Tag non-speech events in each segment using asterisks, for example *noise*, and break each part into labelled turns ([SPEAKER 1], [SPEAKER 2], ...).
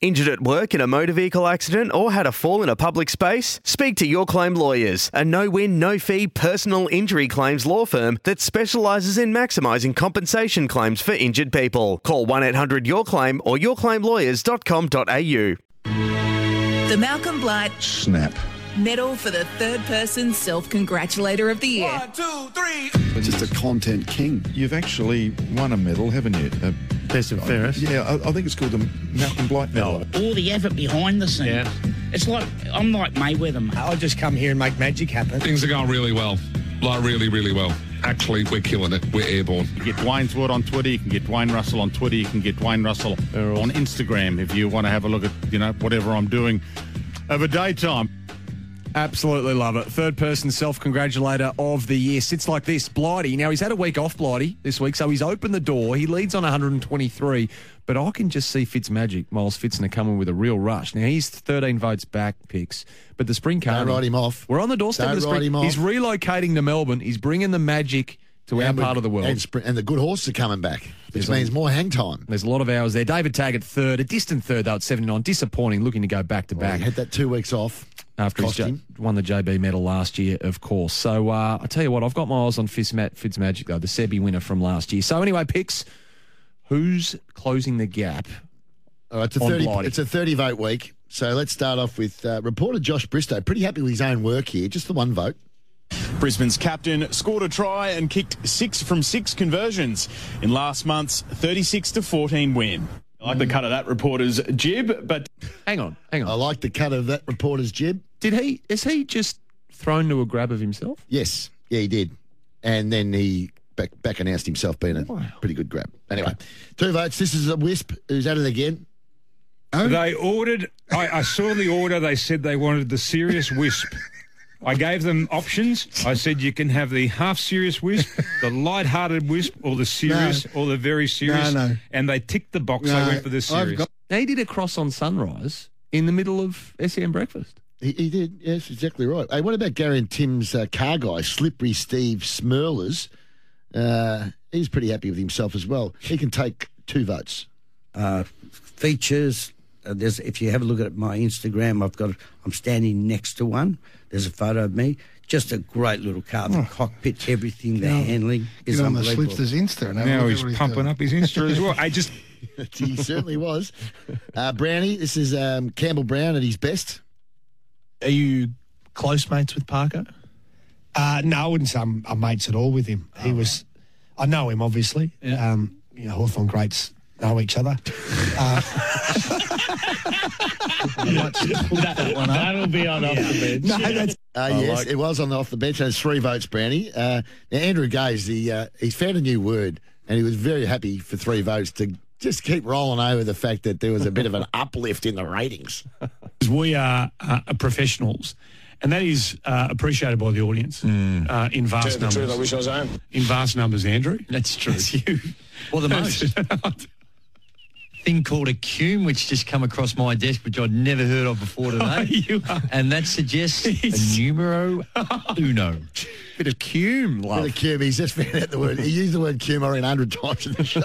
[SPEAKER 1] Injured at work in a motor vehicle accident or had a fall in a public space? Speak to Your Claim Lawyers, a no win, no fee personal injury claims law firm that specialises in maximising compensation claims for injured people. Call 1 800 Your Claim or yourclaimlawyers.com.au.
[SPEAKER 2] The Malcolm Blight
[SPEAKER 3] Snap.
[SPEAKER 2] Medal for the Third Person Self Congratulator of the Year.
[SPEAKER 3] Just a content king. You've actually won a medal, haven't you? Uh,
[SPEAKER 4] Best and fairest.
[SPEAKER 3] yeah, I, I think it's called the Malcolm Blight Medal.
[SPEAKER 5] all the effort behind the scenes.
[SPEAKER 4] Yeah.
[SPEAKER 5] It's like I'm like Mayweather. Mate.
[SPEAKER 6] I'll just come here and make magic happen.
[SPEAKER 7] Things are going really well. Like, really, really well. Actually, we're killing it. We're airborne.
[SPEAKER 8] You get Dwayne's Word on Twitter. You can get Dwayne Russell on Twitter. You can get Dwayne Russell on Instagram if you want to have a look at you know whatever I'm doing over daytime.
[SPEAKER 9] Absolutely love it. Third person self congratulator of the year sits like this. Blighty. Now, he's had a week off Blighty this week, so he's opened the door. He leads on 123, but I can just see Fitz Magic, Miles Fitzner, coming with a real rush. Now, he's 13 votes back picks, but the spring
[SPEAKER 10] Don't
[SPEAKER 9] card.
[SPEAKER 10] write him off.
[SPEAKER 9] We're on the doorstep of
[SPEAKER 10] Don't
[SPEAKER 9] the spring.
[SPEAKER 10] write him off.
[SPEAKER 9] He's relocating to Melbourne. He's bringing the magic to our
[SPEAKER 10] And we-
[SPEAKER 9] part of the world.
[SPEAKER 10] And, spr- and the good horses are coming back, which
[SPEAKER 9] There's a-
[SPEAKER 10] means more hang time.
[SPEAKER 9] There's a lot of hours there. David Taggart, third, a distant third, though, at 79. Disappointing, looking to go back to
[SPEAKER 10] Well,
[SPEAKER 9] back.
[SPEAKER 10] he had that two weeks off.
[SPEAKER 9] after
[SPEAKER 10] Cost
[SPEAKER 9] he
[SPEAKER 10] him.
[SPEAKER 9] won the JB medal last year, of course. So uh, I tell you what, I've got my eyes on Fitz Matt Fitzmagic though, the Sebi winner from last year. So anyway, picks. Who's closing the gap?
[SPEAKER 10] All right, it's a
[SPEAKER 9] on
[SPEAKER 10] 30,
[SPEAKER 9] Blighty.
[SPEAKER 10] it's a 30 vote week. So let's start off with uh, reporter Josh Bristow. Pretty happy with his own work here, just the one vote.
[SPEAKER 8] Brisbane's captain scored a try and kicked six from six conversions in last month's 36 to 14 win. I like the cut of that reporter's jib, but
[SPEAKER 9] Hang on, hang
[SPEAKER 10] I
[SPEAKER 9] on.
[SPEAKER 10] like the cut of that reporter's jib.
[SPEAKER 9] Did he? Is he just thrown to a grab of himself?
[SPEAKER 10] Yes, yeah, he did. And then he back, back announced himself being a pretty good grab. Anyway, two votes. This is a Wisp who's at it again.
[SPEAKER 11] They ordered. I, I saw the order. They said they wanted the serious wisp. I gave them options. I said you can have the half serious wisp, the light-hearted wisp, or the serious, or the very serious.
[SPEAKER 10] No, no.
[SPEAKER 11] And they ticked the box.
[SPEAKER 10] No,
[SPEAKER 11] they went for the
[SPEAKER 10] I've
[SPEAKER 11] serious.
[SPEAKER 10] got-
[SPEAKER 9] Now, he did a cross on sunrise in the middle of SEM breakfast.
[SPEAKER 10] He, he did. Yes, exactly right. Hey, what about Gary and Tim's uh, car guy, Slippery Steve Smurlers? Uh, he's pretty happy with himself as well. He can take two votes. *laughs*
[SPEAKER 6] Features. Uh, there's if you have a look at my Instagram, I've got I'm standing next to one. There's a photo of me. Just a great little car. The cockpit, everything, the handling is
[SPEAKER 3] Oh. Get on the
[SPEAKER 6] unbelievable.
[SPEAKER 3] Slipsters Insta. and have a
[SPEAKER 11] Now
[SPEAKER 3] look at
[SPEAKER 11] he's
[SPEAKER 3] what
[SPEAKER 11] pumping
[SPEAKER 3] doing.
[SPEAKER 11] up his Insta as well. I just
[SPEAKER 10] he certainly was. Uh, Brownie, this is um, Campbell Brown at his best.
[SPEAKER 4] Are you close mates with Parker?
[SPEAKER 6] Uh, no, I wouldn't say I'm, I'm mates at all with him. he was, I know him obviously. Um, you know, Hawthorne greats know each other. Uh,
[SPEAKER 5] That'll be on off the bench.
[SPEAKER 6] no, that's
[SPEAKER 10] Uh, yes, it was on the off the bench. That's three votes, Brownie. Uh, now Andrew Gaze, the uh, he's found a new word, and he was very happy for three votes to just keep rolling over the fact that there was a bit of an *laughs* uplift in the ratings.
[SPEAKER 4] We are uh, professionals, and that is uh, appreciated by the audience
[SPEAKER 7] Mm.
[SPEAKER 4] uh, in vast numbers. I wish I was home. In vast numbers, Andrew. That's true. That's you.
[SPEAKER 6] well the most thing called a cume, which just come across my desk, which I'd never heard of before today,
[SPEAKER 4] Oh, *laughs* you are.
[SPEAKER 6] and
[SPEAKER 4] *laughs*
[SPEAKER 6] that suggests a numero uno.
[SPEAKER 9] Bit of cume,
[SPEAKER 10] Bit
[SPEAKER 9] love.
[SPEAKER 10] of cum. He's just found out the word. He used the word cum around 100 times in the show.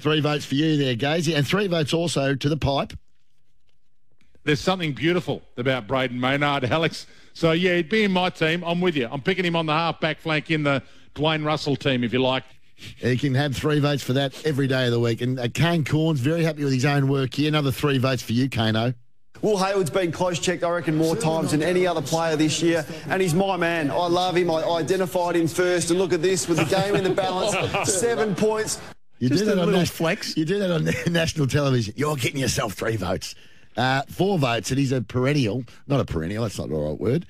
[SPEAKER 10] three votes for you there, Gazy, and three votes also to the pipe.
[SPEAKER 8] there's something beautiful about Braden Maynard, Alex. So yeah, he'd be in my team. I'm with you. I'm picking him on the half back flank in the Dwayne Russell team, if you like.
[SPEAKER 10] He can have three votes for that every day of the week. And uh, Kane Corns, very happy with his own work here. Another three votes for you, Kano.
[SPEAKER 8] Will Hayward's been close checked, I reckon, more times than any other player this year, and he's my man. I love him. I identified him first, and look at this with the game in the
[SPEAKER 9] *laughs*
[SPEAKER 8] balance, seven points.
[SPEAKER 10] You
[SPEAKER 9] Just a little
[SPEAKER 10] nas-
[SPEAKER 9] flex.
[SPEAKER 10] You do that on *laughs* national television. You're getting yourself three votes. Uh, four votes, and he's a perennial. Not a perennial, that's not the right word.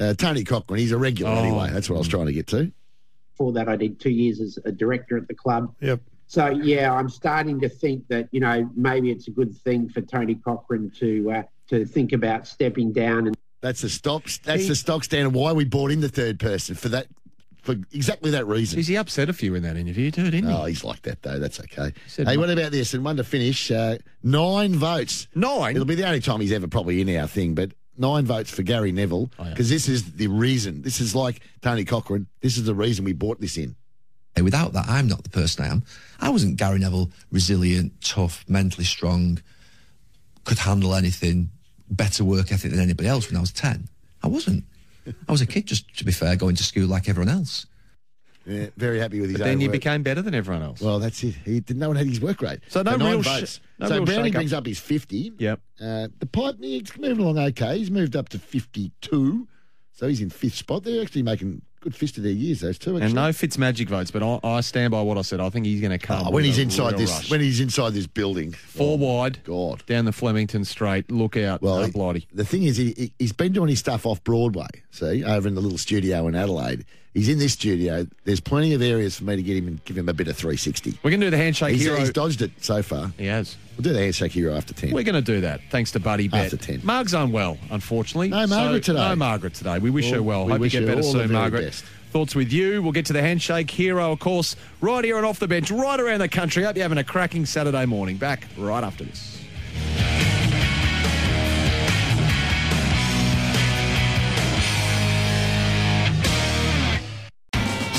[SPEAKER 10] Uh, Tony Cochran, he's a
[SPEAKER 9] Oh.
[SPEAKER 10] regular anyway. That's what I was trying to get to.
[SPEAKER 5] Before that, I did two years as a director at the club.
[SPEAKER 3] Yep.
[SPEAKER 12] So yeah, I'm starting to think that you know maybe it's a good thing for Tony Cochran to uh, to think about stepping down. And
[SPEAKER 10] that's the stop. That's the stock standard. Why we bought in the third person for that, for exactly that reason. Is
[SPEAKER 9] he upset a few in that interview too? Didn't
[SPEAKER 10] he? Oh, he's like that though. That's okay. hey, what about this? And one to finish, uh, nine votes.
[SPEAKER 9] Nine.
[SPEAKER 10] It'll be the only time he's ever probably in our thing, but nine votes for Gary Neville
[SPEAKER 9] Oh,
[SPEAKER 10] because this is the reason. This is like Tony Cochran. This is the reason we bought this in.
[SPEAKER 11] Hey, Without that, I'm not the person I am. I wasn't Gary Neville, resilient, tough, mentally strong, could handle anything, better work ethic than anybody else when I was 10. I wasn't. I was a kid, just to be fair, going to school like everyone else.
[SPEAKER 10] Yeah, very happy with his.
[SPEAKER 11] But
[SPEAKER 10] own
[SPEAKER 11] then you
[SPEAKER 10] work.
[SPEAKER 9] became better than everyone else.
[SPEAKER 10] Well, that's it. He didn't know had his work rate.
[SPEAKER 9] So no
[SPEAKER 10] For nine
[SPEAKER 9] real sh-
[SPEAKER 10] votes.
[SPEAKER 9] no
[SPEAKER 10] so
[SPEAKER 9] real
[SPEAKER 10] Brownie
[SPEAKER 9] shake-up.
[SPEAKER 10] brings up his fifty.
[SPEAKER 9] Yep.
[SPEAKER 10] Uh, the pipe he's moving along okay. He's moved up to fifty-two, so he's in fifth spot. They're actually making good fist of their years. Those two. Actually.
[SPEAKER 9] And no Fitzmagic votes, but I, I stand by what I said. I think he's going to come
[SPEAKER 10] Oh, when
[SPEAKER 9] with
[SPEAKER 10] he's
[SPEAKER 9] a
[SPEAKER 10] inside
[SPEAKER 9] real
[SPEAKER 10] this,
[SPEAKER 9] rush.
[SPEAKER 10] when he's inside this building,
[SPEAKER 9] four wide,
[SPEAKER 10] God,
[SPEAKER 9] down the Flemington Straight. Look out, uh, well,
[SPEAKER 10] The thing is, he, he- he's been doing his stuff off Broadway, see, over in the little studio in Adelaide. He's in this studio. There's plenty of areas for me to get him and give him a bit of 360.
[SPEAKER 9] We're going to do the handshake
[SPEAKER 10] he's,
[SPEAKER 9] hero.
[SPEAKER 10] he's dodged it so far.
[SPEAKER 9] He has.
[SPEAKER 10] We'll do the handshake hero after 10.
[SPEAKER 9] We're going to do that. Thanks to Buddy Bet.
[SPEAKER 10] After 10.
[SPEAKER 9] Marg's unwell, unfortunately.
[SPEAKER 10] No Margaret today.
[SPEAKER 9] No Margaret today. We wish
[SPEAKER 10] Well,
[SPEAKER 9] her well.
[SPEAKER 10] we
[SPEAKER 9] Hope
[SPEAKER 10] wish
[SPEAKER 9] you
[SPEAKER 10] her
[SPEAKER 9] get better
[SPEAKER 10] all the
[SPEAKER 9] soon,
[SPEAKER 10] very
[SPEAKER 9] Margaret.
[SPEAKER 10] best.
[SPEAKER 9] Thoughts with you. We'll get to the handshake hero, of course, right here and off the bench, right around the country. Hope you're having a cracking Saturday morning. Back right after this.